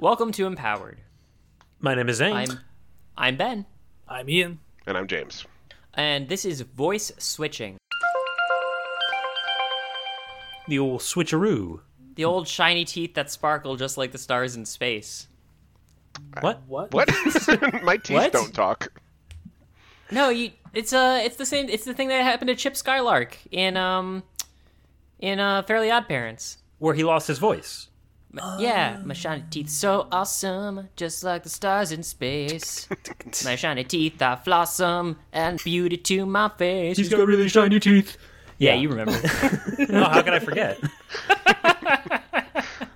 Welcome to Empowered. My name is Zane. I'm I'm Ben, I'm Ian. And I'm James. and this is voice switching. the old switcheroo. The old shiny teeth that sparkle just like the stars in space. What? What? What? My teeth What? don't talk. No, you it's uh it's the same it's the thing that happened to Chip Skylark in um in uh Fairly Odd Parents. Where he lost his voice. Yeah, my shiny teeth so awesome, just like the stars in space. my shiny teeth are flossom and beauty to my face. got really shiny teeth. yeah, you remember. Oh, how could I forget?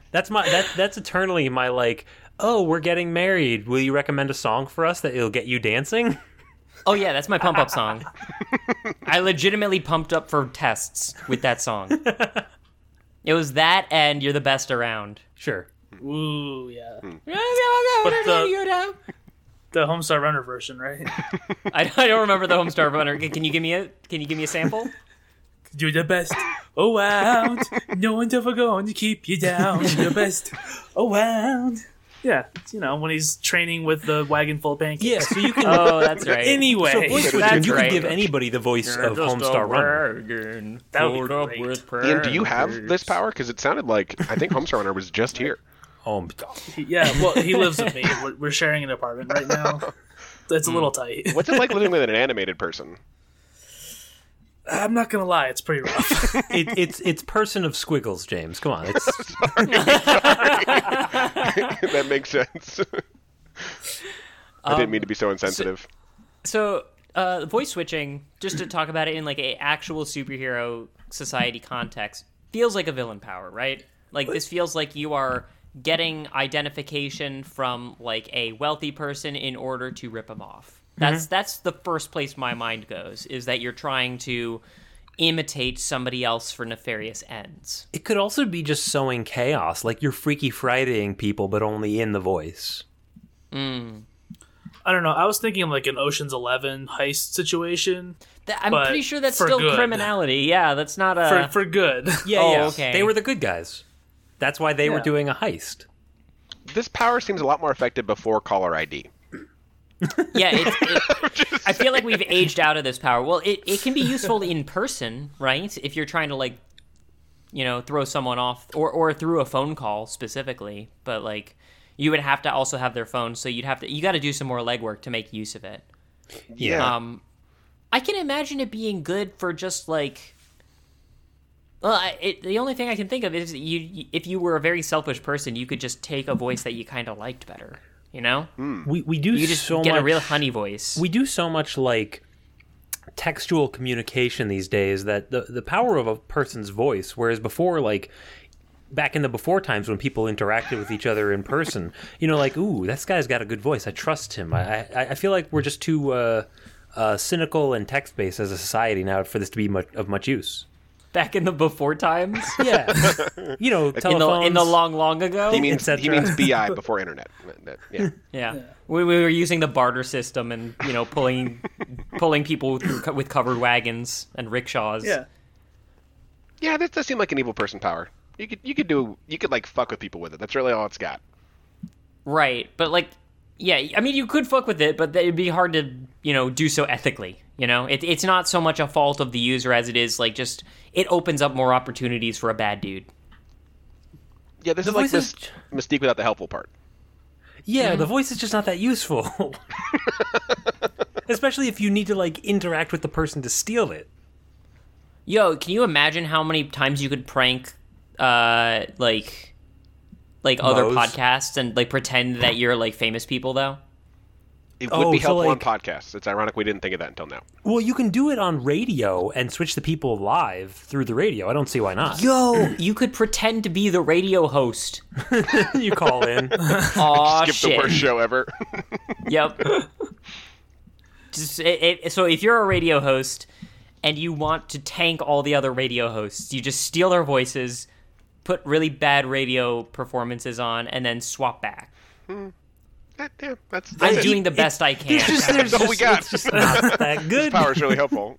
that's my that that's eternally my like. Oh, we're getting married. Will you recommend a song for us that it'll get you dancing? oh yeah, that's my pump up song. I legitimately pumped up for tests with that song. It was that and you're the best around. Sure. Ooh, yeah. I, The Homestar Runner version, right? I don't remember the Homestar Runner. Can you give me a Can you give me a sample? You're the best. Oh, out. No one's ever going to keep you down. You're the best. Oh, out. Yeah, it's, you know, when he's training with the wagon full of pancakes. Yeah. So you can. Oh, that's right. Anyway, so voice that's switching, you right. can give anybody the voice of Homestar Runner. That would be filled up great. with Ian, do you have this power? Because it sounded like I think Homestar Runner was just here. Home. yeah, well, he lives with me. We're, we're sharing an apartment right now. It's a little tight. What's it like living with an animated person? I'm not gonna lie, it's pretty rough. It, it's it's person of squiggles, James. Come on. It's that makes sense. I didn't mean to be Um, so insensitive. So, uh, voice switching, just to talk about it in like a actual superhero society context, feels like a villain power, right? Like this feels like you are getting identification from like a wealthy person in order to rip them off. That's that's the first place my mind goes is that you're trying to imitate somebody else for nefarious ends. it could also be just sowing chaos, like you're Freaky Fridaying people, but only in the voice. I don't know. I was thinking like an Ocean's Eleven heist situation That, I'm But pretty sure that's for still good. criminality. Yeah, that's not a for Uh. for good. Yeah, Oh, yeah. okay. They were the good guys. That's why they were Yeah. doing a heist. This power seems a lot more effective before caller ID. Yeah, it's, it, I feel like we've aged out of this power. Well, it, it can be useful in person, right? If you're trying to like, you know, throw someone off, or or through a phone call specifically. But like, you would have to also have their phone, so you'd have to you got to do some more legwork to make use of it. Yeah. Um, I can imagine it being good for just like. Well, I, it, the only thing I can think of is you. If you were a very selfish person, you could just take a voice that you kind of liked better. You know, We we do you just so get much a real honey voice. we do so much like textual communication these days that the the power of a person's voice whereas before like back in the before times when people interacted with each other in person you know like ooh this guy's got a good voice i trust him i i, I feel like we're just too uh, uh, cynical and text based as a society now for this to be much, of much use back in the before times yeah you know in the, telephones in the long long ago he means et he cetera. means BI before internet. That- Yeah. yeah, We, we were using the barter system and you know pulling pulling people through co- with covered wagons and rickshaws yeah. Yeah, that does seem like an evil person power. You could you could do you could like fuck with people with it. That's really all it's got. right but like yeah i mean you could fuck with it but it'd be hard to you know do so ethically you know it, it's not so much a fault of the user as it is like just it opens up more opportunities for a bad dude Yeah, this is like voice this is- mystique without the helpful part. Yeah, the voice is just not that useful. Especially if you need to like interact with the person to steal it. Yo, can you imagine how many times you could prank, uh, like, like other Moe's? podcasts and like pretend that you're like famous people though? It Oh, would be so, helpful like- on podcasts. It's ironic we didn't think of that until now. Well, you can do it on radio and switch the people live through the radio. I don't see why not. Yo, you could pretend to be the radio host. you call in. Aw, Skip the Oh, shit. worst show ever. Yep. Just it, it, so if you're a radio host and you want to tank all the other radio hosts, you just steal their voices, put really bad radio performances on, and then swap back. Eh, yeah, that's, that's I'm it. doing the best I can. It's just, there's all we just- got. It's just not that good. power is really helpful.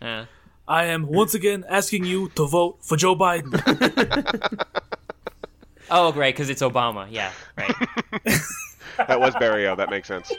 Uh. I am once again asking you to vote for Joe Biden. Oh, right, because it's Obama. Yeah, right. That was Barrio. That makes sense.